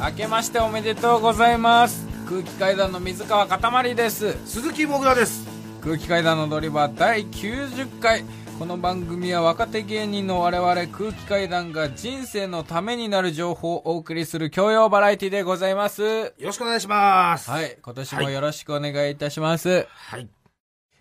明けましておめでとうございます空気階段の水川かたまりです鈴木もぐらです空気階段のドリバー第90回この番組は若手芸人の我々空気階段が人生のためになる情報をお送りする教養バラエティでございますよろしくお願いしますはい今年もよろしくお願いいたします、はい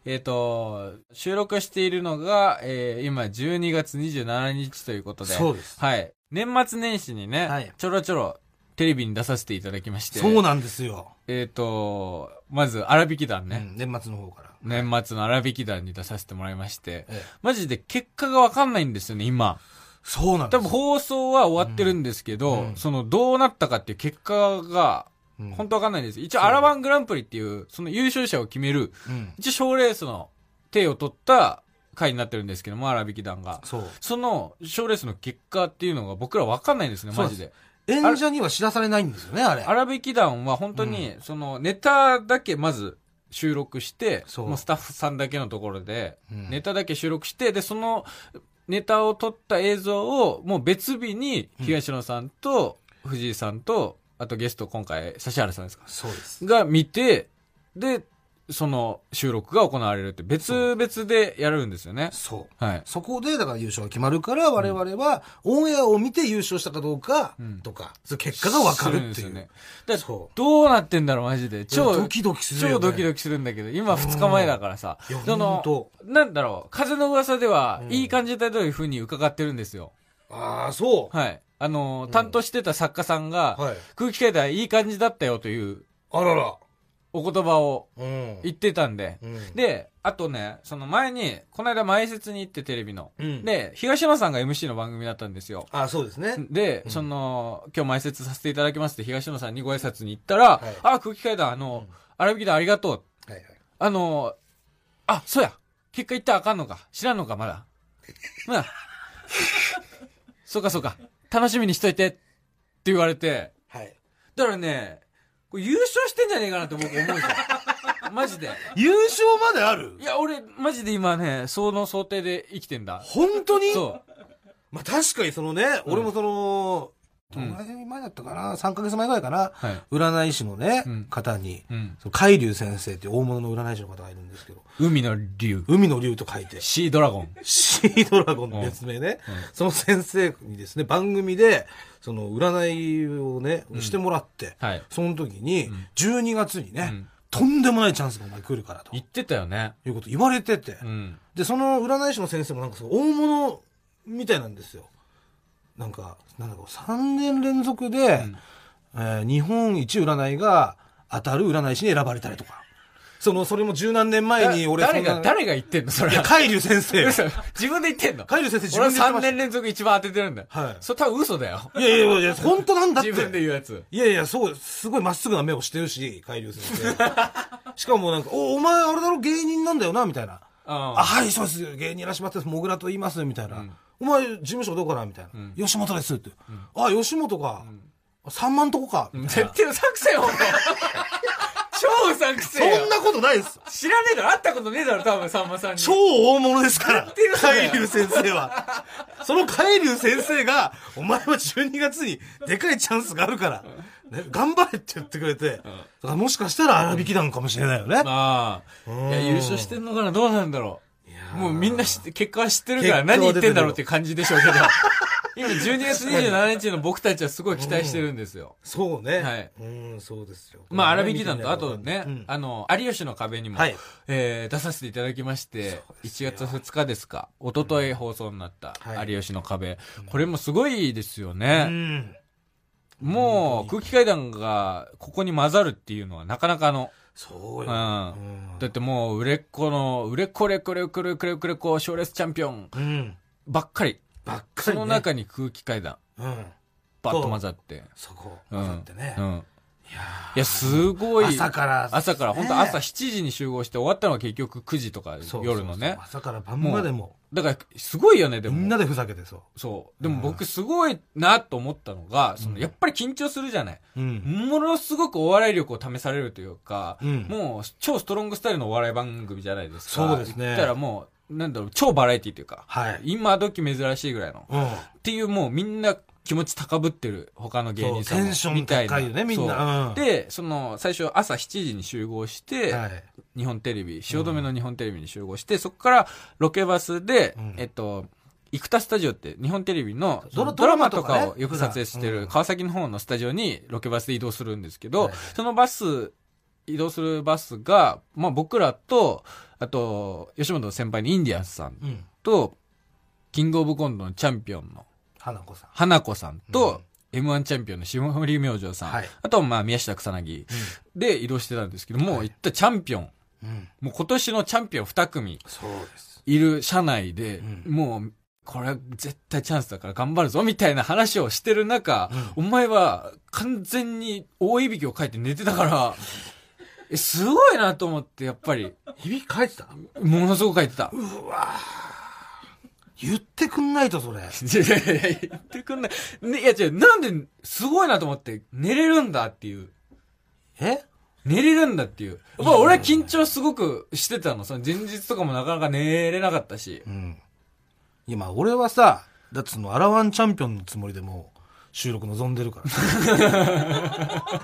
えっ、と、収録しているのが、えー今12月27日ということで。そうですはい。年末年始にね、はいちょろちょろテレビに出させていただきまして。そうなんですよ、えっ、と、まず、荒引き団うね。ん、年末の方から年末の荒引き団に出させてもらいまして。ええマジで結果がわかんないんですよね、今。そうなんで多す分放送は終わってるんですけど、うんうんその、どうなったかっていう結果が、うん本当わかんないんです。一応、アラバングランプリっていう、その優勝者を決める、うん一応賞レースの手を取った回になってるんですけども、荒引き団が。そうその賞レースの結果っていうのが僕らわかんないんですね、そうマなんジですで。演者には知らされないんですよねあれ荒引き団は本当に、そのネタだけまず収録して、そうもうスタッフさんだけのところで、うんネタだけ収録して、で、そのネタを撮った映像をもう別日に東野さんと藤井さんと、あとゲスト今回指原さんですかそうですが見て、で、その収録が行われるって別々でやるんですよね。そうはい。そこでだから優勝が決まるから我々はオンエアを見て優勝したかどうかうんとか、そういう結果が分かるっすていんですよう,、ね。だからそうどうなってんだろう、マジで。超、ドキドキするよ、ね、超ドキドキするんだけど、今2日前だからさいや、そほんとの、なんだろう、風の噂ではう、んいい感じだというふうに伺ってるんですよ。ああそうはい。あのー、ん担当してた作家さんが、はい空気階段いい感じだったよというあららお言葉をうん言ってたんで。うんで、あとね、その前に、この間前説に行ってテレビの。うんで、東野さんが MC の番組だったんですよ。ああそうですねで、うんその、今日埋設させていただきますって東野さんにご挨拶に行ったら、はいあ、空気階段、あの、うん荒引き団ありがとう。はいはいあの、あ、そうや。結果言ったらあかんのか。知らんのか、まだ。まだ。 そうか、そうか。楽しみにしといて。って言われて。はいだからね、これ優勝してんじゃねえかなって僕思うじゃ ん。マジで。優勝まであるいや、俺、マジで今ね、その想定で生きてんだ。本当にそう。まあ確かにそのね、うん俺もその、どうんの前だったかな、3ヶ月前ぐらいかな、はい。占い師のね、うん方に、うん。その海流先生っていう大物の占い師の方がいるんですけど、海の竜。海の竜と書いて、シードラゴン。シードラゴンの別名ね、うんうんその先生にですね、番組で、その占いをね、してもらって、はい。その時に、12月にね、うんとんでもないチャンスがお前来るからと。言ってたよね。いうこと言われてて、うん。で、その占い師の先生もなんかすごい大物みたいなんですよ。なんか、なんだろう、3年連続で、えー日本一占いが当たる占い師に選ばれたりとか。その、それも十何年前に俺誰が、誰誰が言ってんのそれいや、。海流先生。 嘘自分で言ってんの海流先生自俺分は3で言ってました年連続一番当ててるんだよ。はいそれ多分嘘だよ。いやいやいやいや、本当なんだって。自分で言うやつ。いやいや、そう、すごいまっすぐな目をしてるし、海流先 生。しかもなんか、お、お前あれだろ、芸人なんだよな、みたいな。ああ、はい、そうです。芸人いらっしゃいます。もぐらと言います。みたいな。お前、事務所どこからみたいな、吉本ですって。あ、吉本か。3万とこか。みたいな絶対うさくせえよ、ほんと超うさくせえ よそんなことないです。知らねえだろ会ったことねえだろ、多分さんまさんに。超大物ですから対う。そだよ海流先生は。その海流先生が、お前は12月にでかいチャンスがあるから、ね、頑張れって言ってくれて、だからもしかしたら荒引き団かもしれないよね。ああ。いや、うん優勝してんのかなどうなんだろう。もうみんな知って、結果は知ってるから結果は何言っ出ててるんだろうっていう感じでしょうけど。今12月27日の僕たちはすごい期待してるんですよ。そうね。はいうん、そうですよ。まあ、荒引き団と、あとうねん、あの、有吉の壁にもはい、えー出させていただきまして、1月2日ですか、一昨日放送になったは、い有吉の壁。これもすごいですようね。ん。もう、空気階段がここに混ざるっていうのは、なかなかの、そううん。よ。だうんってもう、売れっ子の、売れっ子、売れっ子、売れっ子、売れっ子、売れっ子、売れっ子、賞レースチャンピオンうん。ばっかり。ばっかそり、ね。の中に空気階段、うん。バッと混ざって。そこ。うだんってね。うん。いやいや、すごい。ー朝から。朝から、本当朝ね7時に集合して終わったのが結局9時とかそう夜のねそう。そう朝から晩までも。だから、すごいよね、でみんなも。でふざけてそそう。でも僕すごいなと思ったのが、その、やっぱり緊張するじゃない。う。うん。ものすごくお笑い力を試されるというか、うんもう超ストロングスタイルのお笑い番組じゃないですか。そうですね言ったらもう、なんだろう、超バラエティというか、はい。今時珍しいぐらいの。うん。っていうもうみんな気持ち高ぶってる他の芸人さそんうもテンションみたいな高いよねみんなそううんでその最初朝7時に集合して、はい日本テレビ汐留の日本テレビに集合して、そこからロケバスで、うんえっと生田スタジオって日本テレビのドラドラマドラとマとかねかをよく撮影してうるん川崎の方のスタジオにロケバスで移動するんですけど、はいそのバス移動するバスが、まあ、僕らとあと吉本の先輩のインディアンスさんうんとキングオブコントのチャンピオンの花 子さん花子さんと、m 1チャンピオンの霜降り明星さん、はいあとはまあ宮下草薙で移動してたんですけども、はいいったチャンピオンうんもう今年のチャンピオン2組そうですいる社内で、うんもう、これは絶対チャンスだから頑張るぞ、みたいな話をしてる中、お前は完全に大いびきをかいて寝てたから、 えすごいなと思って、やっぱり、響き返ってたものすごくかいてた。言ってくんないとそれ いやいやいや言ってくんない。ね、いや違う、なんで、すごいなと思って、寝れるんだっていう。え寝れるんだっていう。まあ俺は緊張すごくしてたの。その前日とかもなかなか寝れなかったし。うんいやまあ俺はさだってそのアラワンチャンピオンのつもりでもう収録望んでるから や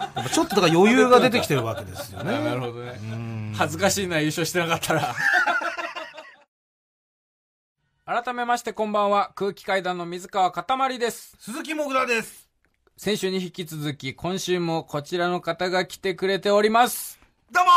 っぱちょっとだから余裕が出てきてるわけですよねあなるほどね。うん恥ずかしいな、優勝してなかったら。改めましてこんばんは。空気階段の水川かたまりです。鈴木もぐらです先週に引き続き、今週もこちらの方が来てくれております。どうも、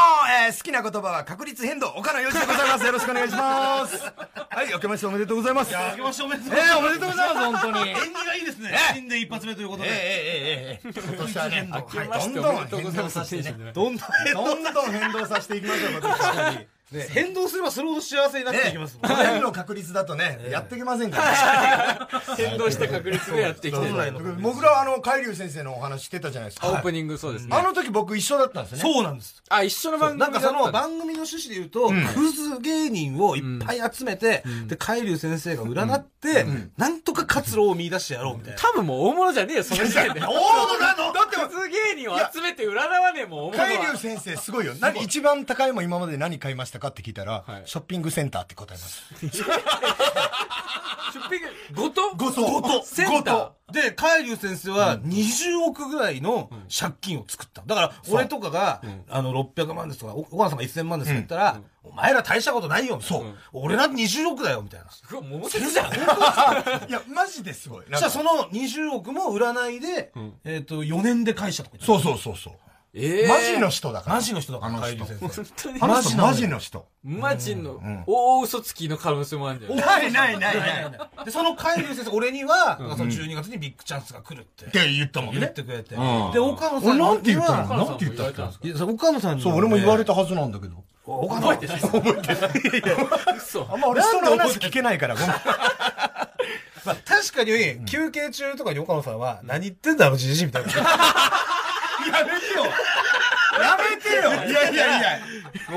えー好きな言葉は確率変動、岡野洋一でございます。よろしくお願いします。はい、明けましておめでとうございます。あけましておめでとうごえざいー、まおめでとうございます、本当に。す。演技がいいですね。新年一発目ということで。えー、えー、えー、えー、今年はね、明けましておめでとうございます。どんどん変動どんどん変動させていきましょう、今年はねね変動すればするほど幸せになっていきますもんね。 5年の確率だとね、やっていけませんからね。変動した確率でやってきてる。オ僕らはあの、海龍先生のお話してたじゃないですか。ープニングそうですね。あの時僕一緒だったんですよね。そうなんです。あ、一緒の番組なだんったかだその番組の趣旨で言うと、クズ芸人をいっぱい集めて、で、海流先生が占って、なんとか活路を見出してやろうみたいな。多分もう大物じゃねえよ、その時点で。大物なのだって、普通芸人を集めて占わねえもん、大物海は龍。先生すごいよ。何、一番高いもん今まで何買いましたかって聞いたら、はいショッピングセンターって答えます。出品ごとごと。ごとセンターで、海流先生は20億ぐらいの借金を作った。だから、俺とかが、あの、600万ですとか、お母さんが1000万ですって言ったら、お前ら大したことないよ、そう。俺ら20億だよ、みたいな。うわ桃鉄じゃんいや、マジですごい。そしたらその20億も占いで、えっと、4年で返したとか言ってそうそうそうそう。ええマジの人だかた。ら。マジの人だから、あの海人流先生。本当にママジジののマジの人。マジの大嘘つきの可能性もあるんじゃないないないないない。っで、その海流先生、俺には、なんかその12月にビッグチャンスが来るって。て言ったもん言っね。てくれて。んで、岡野さ俺んになんて言ったはのなんて言ったっけいやそう岡野さんにはねそう、俺も言われたはずなんだけど。岡野覚えてない覚えてない嘘あんま俺人の話聞けないから、ごめん。まあ 確かに、休憩中とかに岡野さんは、何言ってんだ、あのじじいみたいな。やめてよやめてよいやいやいや。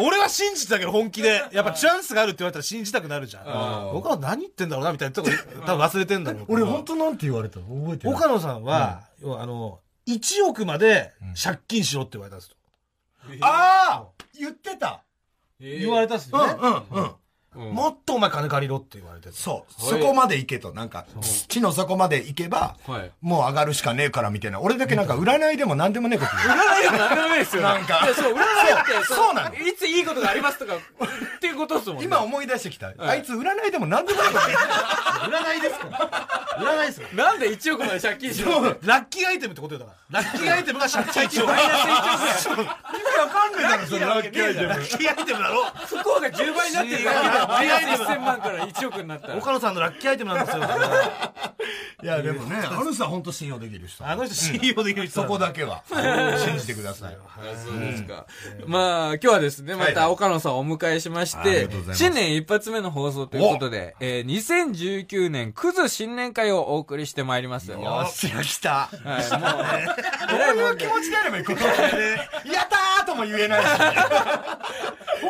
俺は信じてたけど、本気で。やっぱチャンスがあるって言われたら信じたくなるじゃん。岡野何言ってんだろうな、みたいなとこ、多分忘れてんだろうけど。 俺本当なんて言われたの覚えてない。岡野さんは、要はあの、1億まで借金しろって言われたんですよ。ああ言ってた。言われたんですうんうよね。んうん。もっとお前金借りろって言われてて。そう。はそいこまで行けと。なんか、地の底まで行けば、はいもう上がるしかねえからみたいな。俺だけなんか占いでも何でもねえこと言う。占いでも何でもないですよねなんかいやそう占いってそうそうなのいついいことがありますとかっていうことですもんね今思い出してきた。いあいつ占いでも何でもないこと言う。占いですから。占いですよ。なんで1億まで借金しろってラッキーアイテムってことよだから。ラッキーアイテムが借金しろ。マイナス1億ぐらい意味わかんねえだろ、それ。ラッキーアイテムラッキーアイテムだろ不幸が10倍になってるだけだマイナス1000万から1億になったら岡野さんのラッキーアイテムなんですよ。いや、でも ね、あの人は本当信用できる人。あの人信用できる人 そだこだけは。信じてください。あそうですか。まあ、今日はですね、また岡野さんをお迎えしましありてがとうござい、ます新年一発目の放送ということで、えー、2019年クズ新年会をお送りしてまいります。よっしゃ、来 はた。い、もう、どうえらいもいんうで気持ちであればいいこと やったーとも言えないし。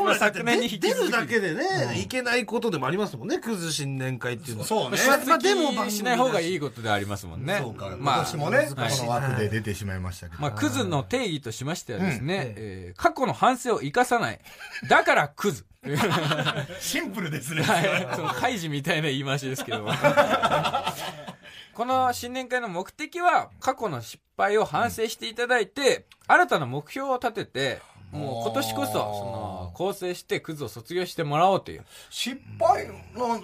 まあ昨年に引き出続るき。だけでね、いけないことでもありますもんね、クズ新年会っていうのは。そうねまあ、まあでも出席しない方がいいことでありますもんね。そうか、今ま年もあ、ね、こはいの枠で出てしまいましたけど。まあ、クズの定義としましてはですね、えー過去の反省を生かさない。だからクズ。シンプルですね。はいその、カイジみたいな言い回しですけども。この新年会の目的は、過去の失敗を反省していただいて、新たな目標を立てて、もう今年こそ、その、構成してクズを卒業してもらおうという。失敗な、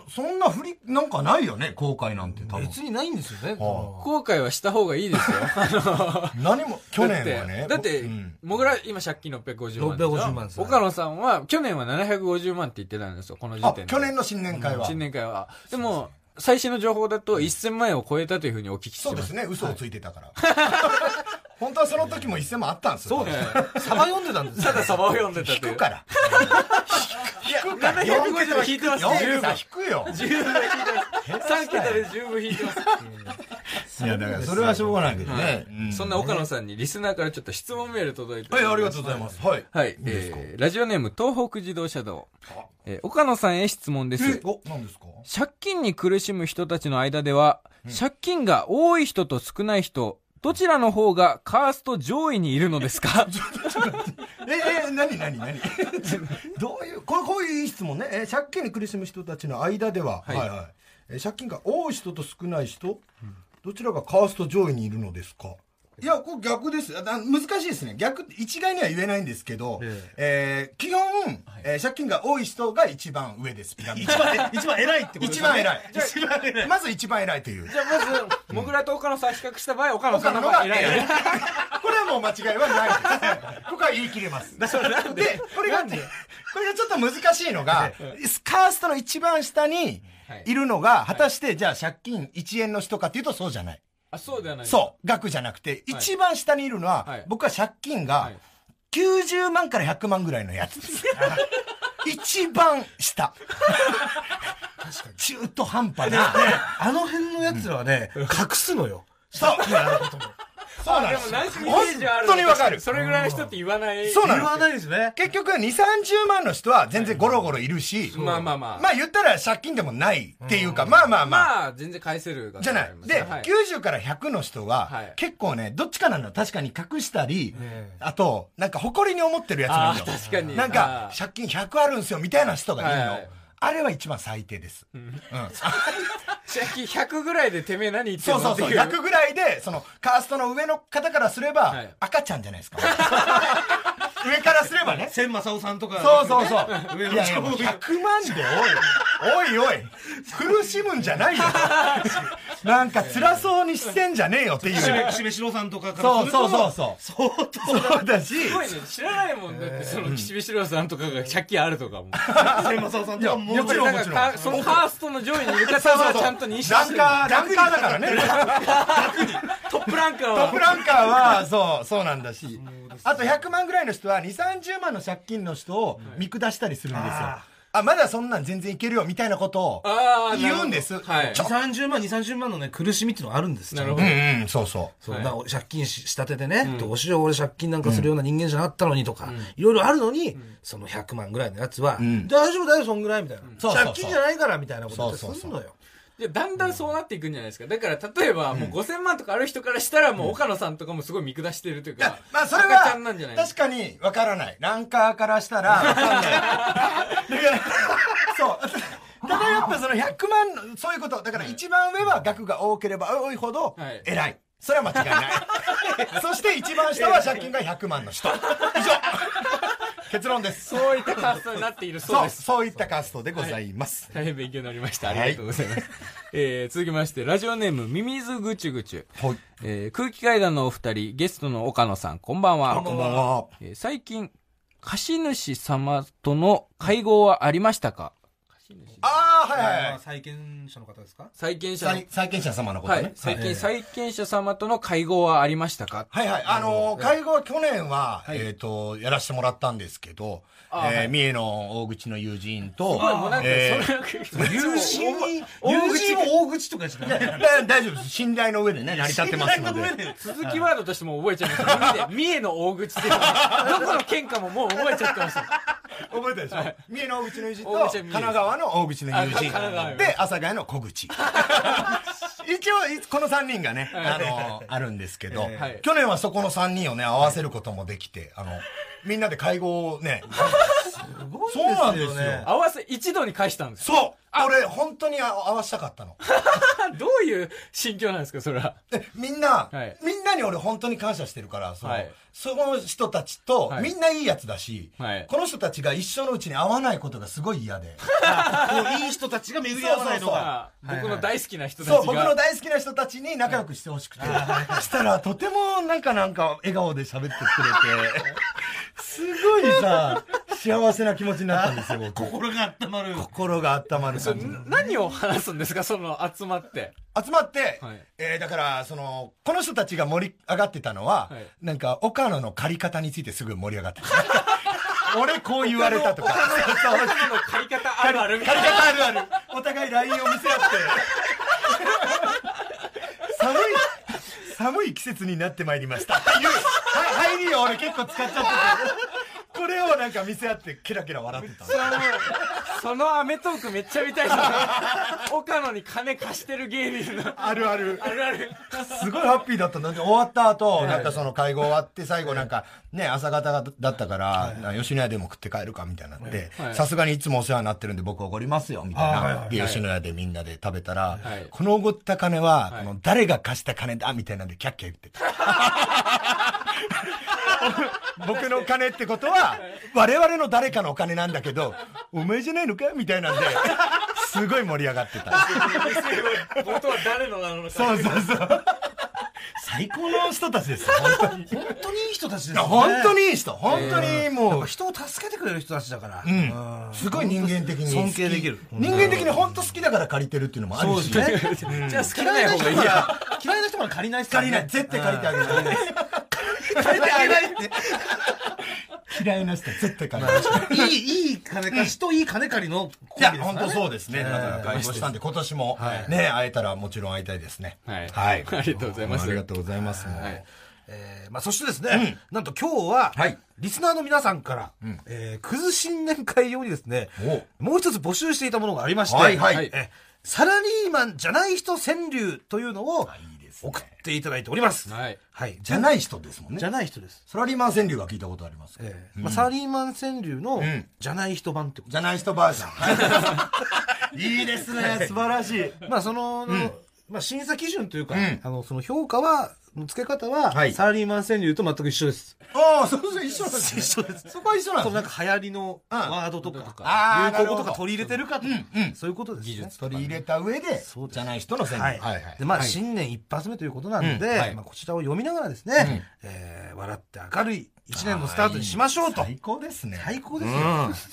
そんな振り、なんかないよね、後悔なんて多分。別にないんですよね。は後悔はした方がいいですよ。何も、去年はね。だって、だっうてんもぐら、今借金650万でしょ。 650万ですね岡野さんは、去年は750万って言ってたんですよ、この時あ、点で。去年の新年会は。新年会は。でも、最新の情報だと1000万円を超えたというふうにお聞きしてそうま。ですすね、嘘をついてたから。 本当はその時も一銭もあったんですよ。そうですね。サバ読んでたんですたよ。だサバを読んでた引というく。から。引くから。 750は引いてます4十桁分引くよ。十分引いてます。3桁で十分引いてます。いや、だからそれはしょうがないけどね。うそんな岡野さんにリスナーからちょっと質問メール届いてはい、ありがとうございます。はい。はい、えー、ラジオネーム東北自動車道。えー、岡野さんへ質問です。お、何ですか借金に苦しむ人たちの間では、借金が多い人と少ない人、どちらの方がカースト上位にいるのですかえ、え、なになになに どういう、これ、こういう質問ね。え、借金に苦しむ人たちの間では、はいい。え、借金が多い人と少ない人、どちらがカースト上位にいるのですかいや、これ逆です。あ難しいですね。逆、一概には言えないんですけど、えー基本、えー借金が多い人が一番上です。ピラミッド一番、一番偉いってことです一よ番ね偉い。一番偉い。まず一番偉いという。じゃあまず、もぐらと岡野さん比較した場合、岡野さ他んののの方がが偉偉いい。。これはもう間違いはないです。ここは言い切れます。で、これが、これがちょっと難しいのが、カーストの一番下にはいいるのが、果たして、じゃあ借金1円の人かっていうとそうじゃない。あ、そうではないそう、額じゃなくて、い一番下にいるのは、はい僕は借金がはい90万から100万ぐらいのやつ です。一番下。中途半端な。あの辺の奴らはね、隠すのよ。そう。そうなんででもすよ何かイメージはある。本当にわかるそれぐらいの人って言わない。そうな言のわないですね。結局、2、30万の人は全然ゴロゴロいるし、まあまあまあまあ言ったら借金でもないっていうか、まあまあまあ。まあ、全然返せるがじゃない。で、90から100の人は、はい結構ね、どっちかなの確かに隠したり、あと、なんか誇りに思ってるやつもいるあの。ー確かになんあか、ー借金100あるんすよ、みたいな人がいるはのい。あれは一番最低です。うん。 借金100ぐらいでてめえ何言ってんのそうそうそう。ってい100ぐらいで、その、カーストの上の方からすれはばい、赤ちゃんじゃないで すか。 上からすればね。千正夫さんとか。そうそうそう。上の いやいや、もう100万でおい。おいおい。苦しむんじゃ ないよ。なんか辛そうにしてんじゃねえよっていう。岸部岸部四郎さんとかからそすうるそと。うそうそう。相当。そうだし。すごいね。知らないもんだって、その、岸辺四郎さんとかが借金あるとかも。千正夫さんとかも。いやももちちろろんん。なんか、そのカーストの上位にいる方そうそうはそうちゃんと認識ラしンてる。カー、ランカーだからね。トップランカートはップ。ランカーは、そう、そうなんだし。あと100万ぐらいの人は2、30万の借金の人を見下したりするんですよ。あ、まだそんなん全然いけるよ、みたいなことをあーなるほど言うんです。はいちょ二三十万、二三十万のね、苦しみっていうのはあるんですなよるほうど。んうん、そうそう。そう、はいな借金ししたててね、どうしよう俺借金なんかするような人間じゃなかったのにとか、いろいろあるのに、その100万ぐらいのやつは、ん大丈夫だよそんぐらいみたいな、そうそうそう借金じゃないからみたいなことってすんのよそうそうでだんだんそうなっていくんじゃないですか。だから、例えば、もう5000万とかある人からしたら、もう岡野さんとかもすごい見下してるといういやか、まあそれ赤ちゃんなはんじゃない確かにわからないランカーからしたら わかんないだからそう ただやっぱその100万のそういうことだから一番上は額が多ければ多いほどはい偉いそれは間違 いないそして一番下は借金が100万の人以上結論ですそういったカーストになっているそうそでうす。そういったカーストでございます大変勉強になりました。ありがとうございます。えー、続きまして、ラジオネーム、ミミズぐちゅぐちゅ。はいえー、空気階段のお二人、ゲストの岡野さん、こんばんは。こんばんはえー最近、貸主様との会合はありましたかああはいはいあー債権者の方ですか債権者の債債権者様のことはね、い。最はい近、債権者様との会合はありましたかはいはい。あのー会合は去年は、えっ、と、やらせてもらったんですけど、えあーーはい三重の大口の友人と、まあもうなんか、えーそんな感じ友人に大友口人を大口とかじゃないだ大丈夫です。信頼の 上でね、成り立ってますので。続きワードとしても覚えちゃいま した。三重三重の大口っていうのはどこの県かももう覚えちゃってました。覚えたでしょ、三重の大口の友人と、大口は三重です神奈川の大口の友あ神奈人。川で、阿佐ヶ谷の 小口。一応、いこの3人がね、あのーあるんですけど、はい去年はそこの3人をね、合わせることもできて、あの、みんなで会合をね、ごいそうなんですよ合わせ一度に返したんですよ。そう俺、本当にあ合わせたかったの。どういう心境なんですか、それは。でみんな、はいみんなに俺本当に感謝してるから、その,、はいその人たちと、はいみんないいやつだし、はいこの人たちが一緒のうちに会わないことがすごい嫌で。こういい人たちが巡り合わないのが。まあ僕の大好きな人たちが。そう、僕の大好きな人たちに仲良くしてほし くて。したら、とてもなんかなんか笑顔で喋っ てくれて、すごいさ、幸せな気持ちになったんですよ、僕。心が温まる。心が温まる感じのん何を話すんですか、その集ま って。集まって、はいえーだから、その、この人たちが盛り上がってたのは、はいなんか、岡野の借り方についてすぐ盛り上がってた。 俺こう言われたとか。そう今そうの借り方あるあ るみたい借り方あるある。お互い LINE を見せ合って。 寒い、寒い季節になってまいりま した。っていう、は入りを俺結構使っちゃってて。これをなんか見せ合ってケラケラ笑ってた。な。そのアメトークめっちゃ見たいですね岡野に金貸してる芸人 の。あるあるあ。るある。すごいハッピーだったんだけど終わった後、なんかその会合終わって、最後なんか、ね、朝方だったから、な吉野家でも食って帰るかみたいになっては、いさすがにいつもお世話になってるんで僕おごりますよ、みたいな。で、吉野家でみんなで食べたらはい、このおごった金は、はいこの誰が貸した金だみたいなんでキャッキャ言ってた。 僕の金ってことは、我々の誰かのお金なんだけど、お前じゃないのかみたいなんで、すごい盛り上がってた。元は誰のなのか。そうそうそう。最高の人たちですよ、本当に。本当にいい人たちです いよやね。本当にいい人、本当にもう、人を助けてくれる人たちだから。うんすごい人間的に好き尊敬できる人間的に本当好きだから借りてるっていうのもあるし、そうですねじゃあ、好き嫌ないいな方人がいいかや。ら、嫌いな人から 借りない人借りない、絶対借りてあげない。借りてあげないって。嫌いな人は絶対借りない。いい、いい金貸しといい金借りのコンいビでやす、から本ね当そうですね。だから会合したんで、今年も、ね、会えたらもちろん会いたいですね。はいはい。ありがとうございますありがとうございます。もうはいえーまあ、そしてですね、なんと今日は、はいリスナーの皆さんから、えークズ新年会用にですねおもう一つ募集していたものがありまして、はいはいえーサラリーマンじゃない人川柳というのをいいですね送っていただいております。はいはい、じゃない人ですもんねじゃ。ない人です。サラリーマン川柳が聞いたことありますけど。えーまあ、サラリーマン川柳の、んじゃない人版ってことじゃない人バージョン。いい ですね、素晴らしい。 まあその、まあ、審査基準というか、んあのその評価はの付け方は、はいサラリーマン川柳と全く一緒です。ああ、そうそう、一緒なんです、ね。一緒です。 そこは一緒なんそでうなすねん。か流行りのうんワードとか、あ流行ー語なるほとどか取り入れてるかとか、そういうことです、ね。技術取り入れた上で、そうですじゃない人の線はい。で、まあ、新年一発目ということなんで、うんはいまあ、こちらを読みながらですね、えー笑って明るい一年のスタートにしましょうと。最高ですね。最高です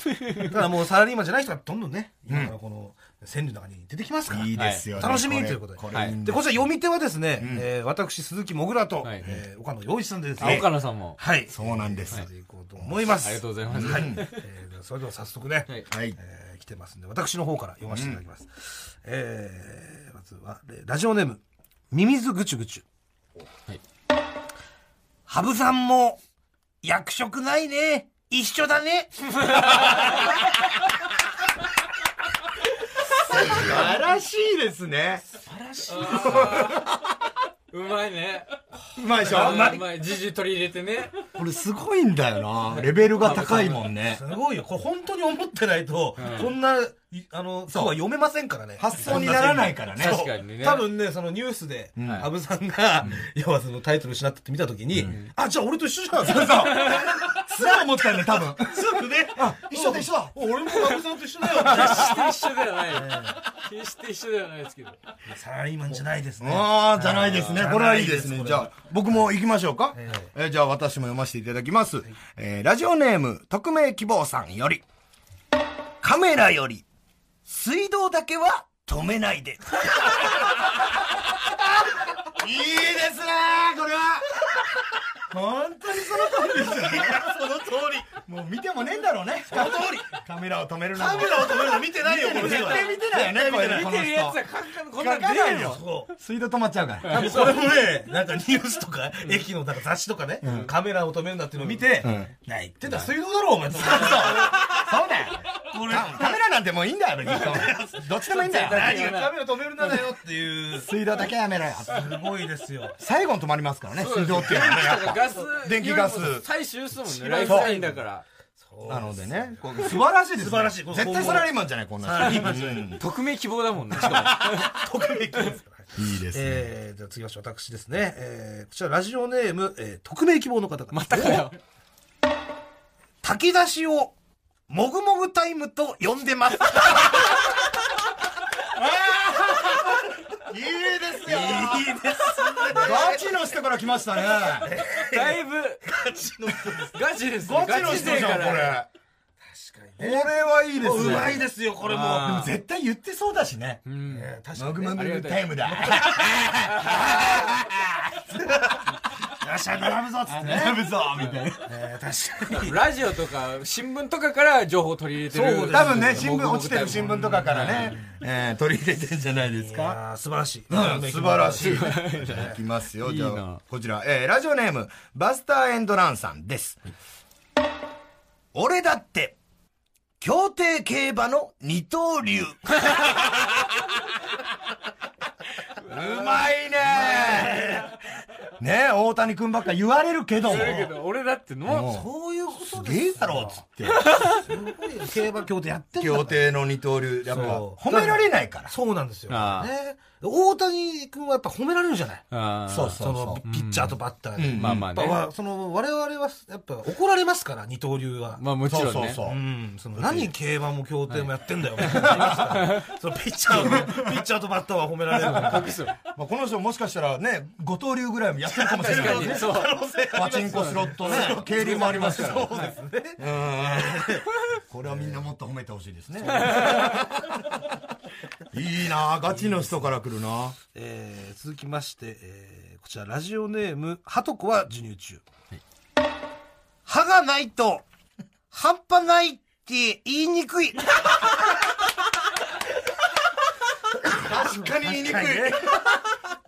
よ。だからもうサラリーマンじゃない人がどんどんね、今からこの川柳の中に出てきますから。いいですよ、ね楽しみにれということでこれはいいいんで、だこちら読み手はですね、えー私、鈴木もぐらと、はいえー岡野陽一さんでですあね、岡野さんも。はい、そそうなんです。ういこうと思います。ありがとうございます。はい、えーそれでは早速ね、はいはい。えー来てますんで、私の方から読ませていただきます。えーまずは、えーラジオネーム、ミミズぐちゅぐちゅ。はい羽生さんも、役職ないね。一緒だね。素晴らしいですね。うまいね。うまいでしあょうまい。うまい。時事取り入れてね。これすごいんだよな。レベルが高いもんねす。ごいよ。これ本当に思ってないと、こんな、いあの、そうは読めませんからね。発想にならないからね。確かにね。多分ね、そのニュースで、ん羽生さんが、要はそのタイトル失ったって見たときに、あ、じゃあ俺と一緒じゃん。そうそう。すごい思ったんだよ、多分。すぐね、あ、一緒だ一緒だ俺も羽生さんと一緒 だよ。決して一緒ではない。決して一緒ではないですけど。サラリーマンじゃないですね。ああ、じゃないですね。はいこれはいいですね。じじゃゃないあ、僕も行きましょうか。いえーじゃあ、私も読ませていただきます。えーラジオネーム、匿名希望さんより、カメラより、水道だけは止めないで。いいですねこれは本当にその通りですよね。その通り。もう見てもねえんだろうね。その通りカメラを止めるのもカメラを止めるの見てないよ、この絶人は。対見てないよね、これ見こてのるやつ人はかんこんな書ん出かないるよ。よ。そう。水道止まっちゃうから。多分これもね、なんかニュースとか、駅のなんか雑誌とかね、カメラを止めるなっていうのを見て、んな言ってたら水道だろ、お前。そうだよ。 カカメラなんてもういいんだよ、別にどっちでもいいんだよ。何がカメラ止めるなだよっていう。す水道だけやめろよ。ごいですよ。最後に止まりますからね、水道っていうのはね、やっぱ。ガス、電気ガス最終ですもんね。ライフラインだから。なのでね、こう素晴らしいです、ね。素晴らしいこの絶対サラリーマンじゃない、こんな人。うん匿名希望だもんね。しかも 特別ですからいいですね。えー、じゃあ次は私ですね。えー、こちらラジオネーム、えー、匿名希望の方から。またかよ。炊き出しを、もぐもぐタイムと呼んでます。いいですよいいです。ガチの人から来ましたね。だいぶ、ガチですね。ガチの人勢じゃん、これ。確かにこれはいいですね。うまいですよ、これも。でも絶対言ってそうだしね。うん。ね確マかグにねマグタイムだ。よっしゃ、並ぶぞっつってね。やぶぞみたいな。えー、確かに。ラジオとか、新聞とかから情報取り入れてる。多分ね、新聞、落ちてる新聞とかからね、えー取り入れてんじゃないですいか。やー素晴らしい。うん素晴らしい。いきますよ、じゃいいあな、こちら、えーラジオネーム、バスターエンドランさんです。俺だって、競艇競馬の二刀流。うまいねねえ、大谷君ばっか言われるけども。だけど、俺だっての、もそういうことうですすげえだろ、つって。すごいよ競馬競艇やってるんだ競から艇の二刀流。やっぱ、そう褒められないから。そうなんですよ。ああね、大谷君はやっぱ褒められるじゃない。あーそうそのピッチャーとバッターうに。んまあまやあっぱね。わその我々はやっぱ怒られますから二刀流は。まあもちろんね。ううん、その何競馬も競艇もやってんだよ、みたいなのあ りますからそのピッチャーのピッチャーとバッターは褒められるのに隠すよまあ、この人もしかしたらね、五刀流ぐらいもやってるかもしれない確かにそうパチンコスロットね、競輪もありますから。そうですね。これはみんなもっと褒めてほしいですね。いいなあガチの人から来るな えー続きまして、えーこちらラジオネーム、はとこは授乳中。歯がないと、半端ないって言いにくい。確かに言いにくい。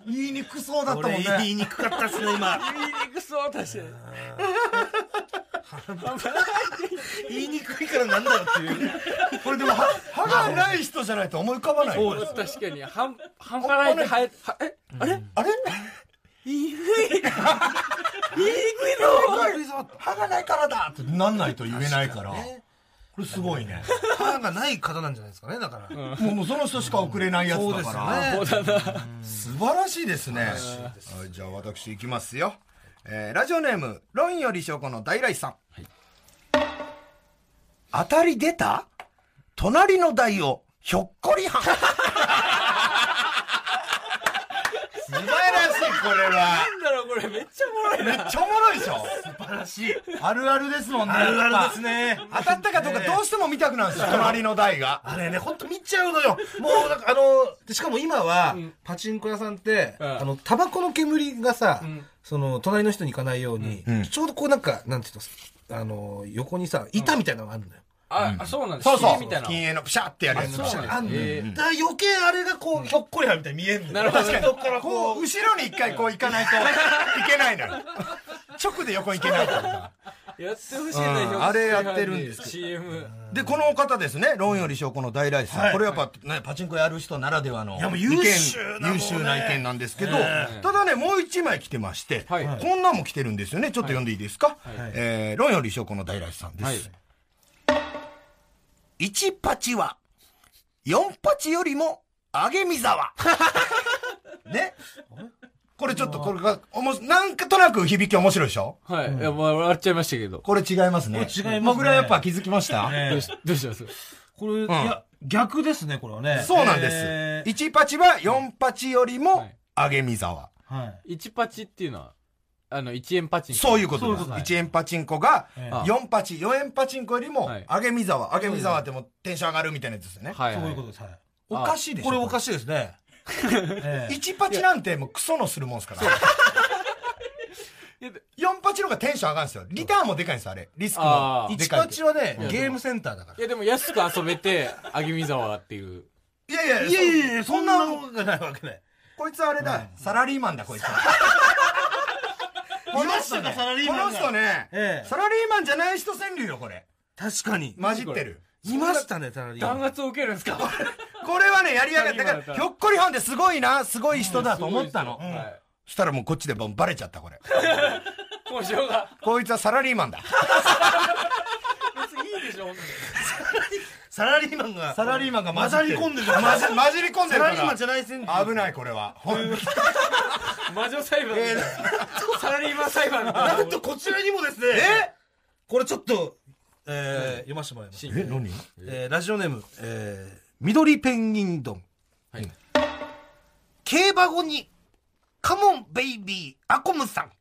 言いにくそうだっこたもんれね。言いにくかったっすね、今。言いにくそうだし。言いにくいからなんだよっていう。これでも歯、歯がない人じゃないと思い浮かばない。確かに、半半端ないで生え、はえ、あれあれ言いにくい。言いにくい歯がないからだってなんないと言えないから。ねこれすごいね。歯がない方なんじゃないですかね、だから。もうもうその人しか送れないやつそうだですかよら。ね。素晴らしいですね。はいじゃあ私行きますよ。えーラジオネーム、論より証拠の大来さん。当たり出た隣の台をひょっこりはん。素晴らしい、これなは。んだろう、これめっちゃおもろいめっちゃおもろいでしょ素晴らしい。あるあるですもんね。あるあるですね。当たったかどうかどうしても見たくなるんですよ、隣の台が。あれね、ほんと見ちゃうのよ。もう、なんかあの、でしかも今は、パチンコ屋さんって、うんあの、タバコの煙がさ、んその、隣の人に行かないように、うんちょうどこうなんか、なんていうの、あの、横にさ、板みたいなのがあるんだよ。あ、あそうなんです。そうそう。みたいな。禁煙のプシャってやるやつ。そうなんですあんのよえーだから余計あれがこう、ひょっこりはんみたいに見えるんだなよ。るほどね確かに。そっからここう、う、後ろに一回こう行かないといけないのよ。直で横に行けないから。やってほしいね、うんあれやってるんですけど CM。で、この方ですね、論より証拠の大来さん。はいこれやっぱね、パチンコやる人ならではのやもう意見優秀なもうね優秀な意見なんですけど、ただね、もう一枚来てまして、はいこんなんも来てるんですよね。ちょっと読んでいいですか、えー、論より証拠の大来さんです。はい1パチは、4パチよりも、上げみざ わ。ねこれちょっと、これが、おもしなんとなく響き面白いでしょはい。いや、もう笑っちゃいましたけど。これ違いますね。これ違いますねもぐらやっぱ気づきました、どうしどうしますこれ、いや、逆ですね、これはね。そうなんです。えー1パチは4パチよりはい、も上げみざわ。はい。 ?1 パチっていうのは、あの、1円パチンコそういうことそうでいうす。ことです1円パチンコが、えー4パチ、4円パチンコよりもはい、上げみざわ。上げみざわってもうテンション上がるみたいなやつですよね。はいそうはいいうこ。とです。はい。おかしいでしょこれおかしいですね。え え1パチなんてもうクソのするもんですから。いやで4パチの方がテンション上がるんですよ。リターンもでかいんですよ、あれ。リスクあもー。で一かいパけチど。はね、ゲームセンターだからい。や、でも安く遊べて、あげみざわっていう。いやいや、いやいやいや、そそんんななわけないわけない。こいつあれだ、サラリーマンだ、こ いつは。いましたかこの人ねサラリーマンがこの人ね、ええサラリーマンじゃない人川柳よ、これ。確かに。混じってる。いましたね、タラリーマ弾ン。圧を受けるんですかこれはね、やりやがっサラた。リーマンだだか、かららひょっこりはんですごいな、すごい人だと思ったの。すごいですよはいそしたらもうこっちでもうバレちゃった、これ。交渉が。こいつはサラリーマンだ。もんで。サラリーマンがサラリーマンが混ざり込んでる混じ混じり込んでサるかラリーマンじらゃない線危ないこれはほん魔女裁判みたいな。サラリーマン裁判みたいななんとこちらにもですねえこれちょっと、えー読ませてもらいます、え何えーラジオネーム、え緑ペンギン丼はい。ー、競馬後にカモンベイビーアコムさん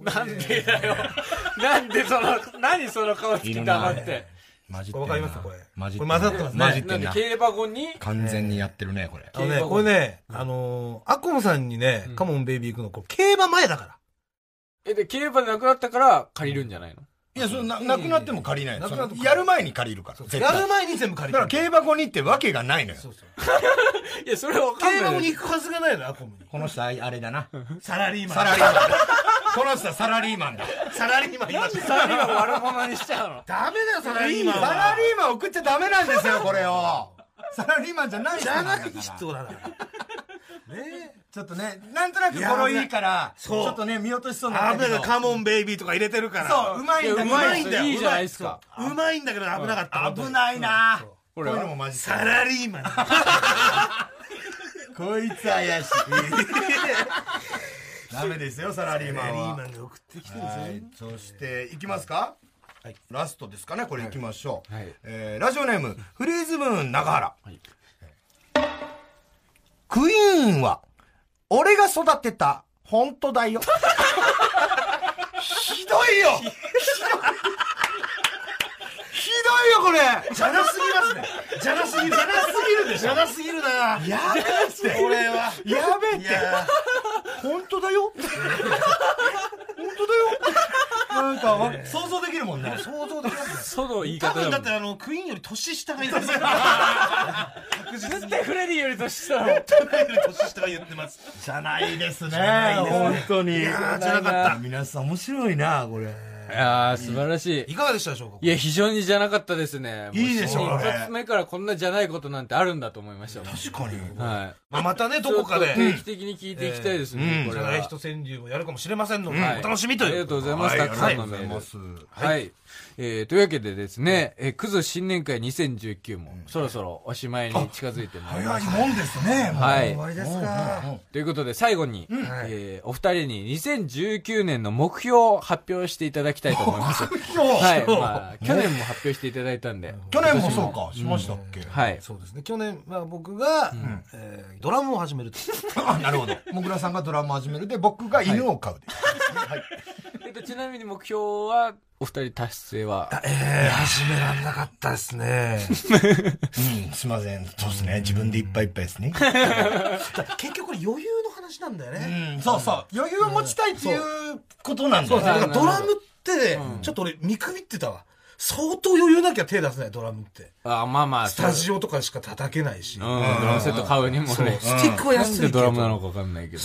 なんでだよ。なんでその、何その顔つき黙って。マジわかりますかこれマジこれ混ざってますねマジっなてんんでな競馬後に、完全にやってるねこれあのね競馬後これね、あのーアコムさんにね、カモンベイビー行くのこれ競馬前だからえ、で、競馬でなくなったから借りるんじゃないのいやそのななくなっても借りないのなくなってもそのやる前に借りるから絶対やる前に全部借りだてからる競馬後にってわけがないのよそうそういや、それはわかん競ない。馬後に行くはずがないのアコムにこの人あいあれだなサラリーマンサラリーマンこの人はサラリーマンだサラリーマンいましたサラリーマン悪者にしちゃうの。ダメだよサラリーマサンはラリーマン送っちゃダメなんですよこれをサラリーマンじゃない人じゃなんだなかいら人だからねえちょっとねなんとなく語呂いいからちそうょっとね見落としそうな危んなだいけどよカモンベイビーとか入れてるからそううまいんだけどうまいんだよいいじゃないですか。うまいんだけど危なかった。危ないなそうこういうのもマジサラリーマン。こいつ 怪しいダメですよサラリーサマラリンーはマンが送ってきてるんはいそしていきますかはいラストですかねこれいきましょうはいえーラジオネームフリーズムーン中原はいクイーンは俺が育てた本当だ よひどいよひどいひどいよこれじゃなすぎますね。じゃなすぎる。じゃなすぎるでしょ。じゃなすぎるな。やべえってこれは。やべえって本当だよ本当だよなんかわ想像できるもんね想像できない。その言い多方分だだっもてん。あの、クイーンより年下がいます。確実絶に。対フレディより年下だもん。クイーンより年下が言ってます。じゃないですねないですね本当にいやーじゃなかった皆さん面白いなこれいやー、素晴らしい。いかがでしたでしょうかいや、非常にじゃなかったですね。いいでしょもうこ一れ発目からこんなじゃないことなんてあるんだと思いましたもん。確かにはい。まあまたね、どこかでちょ。っと定期的に聞いていきたいですね、うんこじれゃは。ない人川柳もやるかもしれませんので、はいお楽しみとありいがうと。うございます。はいたくさんのありメーがとうごルざいます。はい。えーというわけでですね、えー、クズ新年会2019も、そろそろおしまいに近づいてまいります。早いもんですねもうはい終わりですか。ということで、最後に、はいえーお二人に2019年の目標を発表していただきたいと思い ます。はい。まあ、去年も発表していただいたんで。去年もそうかしましたっけはい。そうですね。去年は僕が、えードラムを始めると。 あなるほどもぐらさんがドラム始めるで僕が犬を飼うでえっと、ちなみに目標は、お二人達成は、えー、始めらんなかったですね。うんすいませんそうですね自分でいっぱいいっぱいですね 結局これ余裕の話なんだよね。うんそうそう余裕を持ちたいっていうことなんだよそうだそかうらそうドラムってね、ちょっと俺見くびってたわ。相当余裕なきゃ手出せないドラムって。あまあまあ、スタジオとかしか叩けないうし。ん、ドラムセット買うにもそうね。スティックはなん安いでけど。ドラムなのかわかんないけど。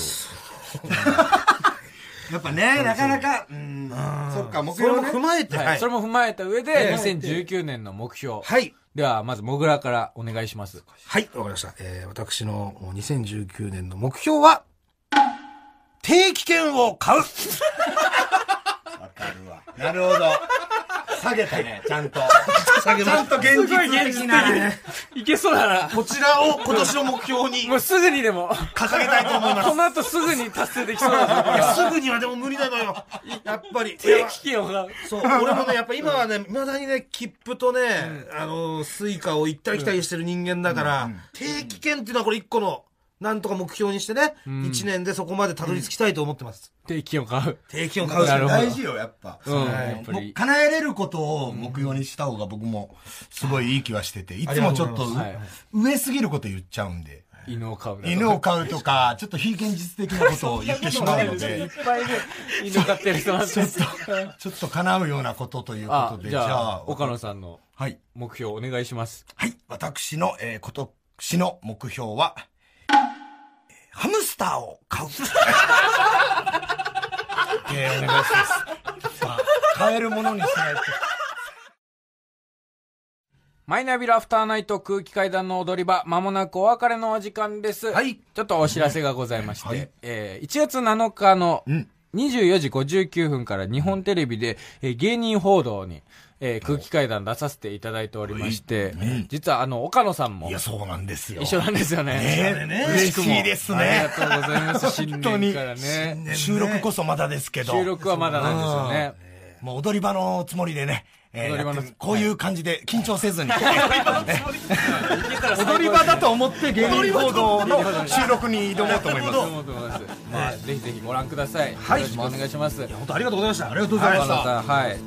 やっぱねなかなかうんそっか目それ標もね踏まえて。はい。それも踏まえた上で、2019年の目標。はい。では、まず、モグラからお願いします。はい、わかりました。えー私の2019年の目標は、定期券を買う わかるわなるほど下げたねちゃん と下げちゃまんすと現実的な的いけそうだな。こちらを今年の目標にもうすぐにでも、掲げたいと思いますこ。の後すぐに達成できそうだいや な。すぐにはでも無理なのよ。やっぱり。定期券を買う。そう、俺もね、やっぱ今はね、未だにね、切符とね、あの、スイカを行ったり来たりしてる人間だから、定期券っていうのはこれ一個の、なんとか目標にしてね、一、年でそこまでたどり着きたいと思ってます。定期券を買う。定期券を買うなるほど大事よやっぱうん、はいやっぱもうり。叶えれることを目標にした方が僕もすごいいい気はしてていつもちょっとはい上すぎること言っちゃうんで犬を買う。犬を飼うとかちょっと非現実的なことを言ってしまうのいっでぱいね、犬飼ってる人なんです ちょっと叶うようなことというこあと、でじじゃゃああ、岡野さんのはい目標お願いします。はい私のえー今年の目標はえーハムスターを飼う えーお願いし ますまあ飼えるものにしないとマイナビラフターナイト空気階段の踊り場、まもなくお別れのお時間です。はい。ちょっとお知らせがございまして、はいえー1月7日の、うん24時59分から日本テレビで、えー芸人報道に、えー空気階段出させていただいておりまして、実はあの、岡野さんもいや、そうなんですよ。一緒なんですよね。ね嬉しいですあね。りがとうございます。新本当年にからね。収録こそまだですけど。収録はまだなんですよね。もう踊り場のつもりでね。えー踊り場のやってこういう感じで緊張せ ずに。踊踊り場だと思って芸人報道の収録に挑もうと思います。と思います。まあ、ぜひぜひご覧ください。はいよろしくお願いします。本当ありがとうございましたありがとうございま岡野したさん、はい。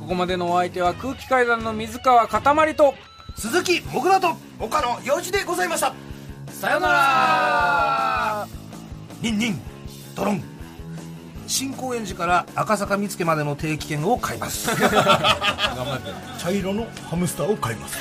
ここまでのお相手は空気階段の水川かたまりと、鈴木僕だと岡野洋一でございました。さよならニンニン、ドロン。新高円寺から赤坂見附までの定期券を買います茶色のハムスターを買います。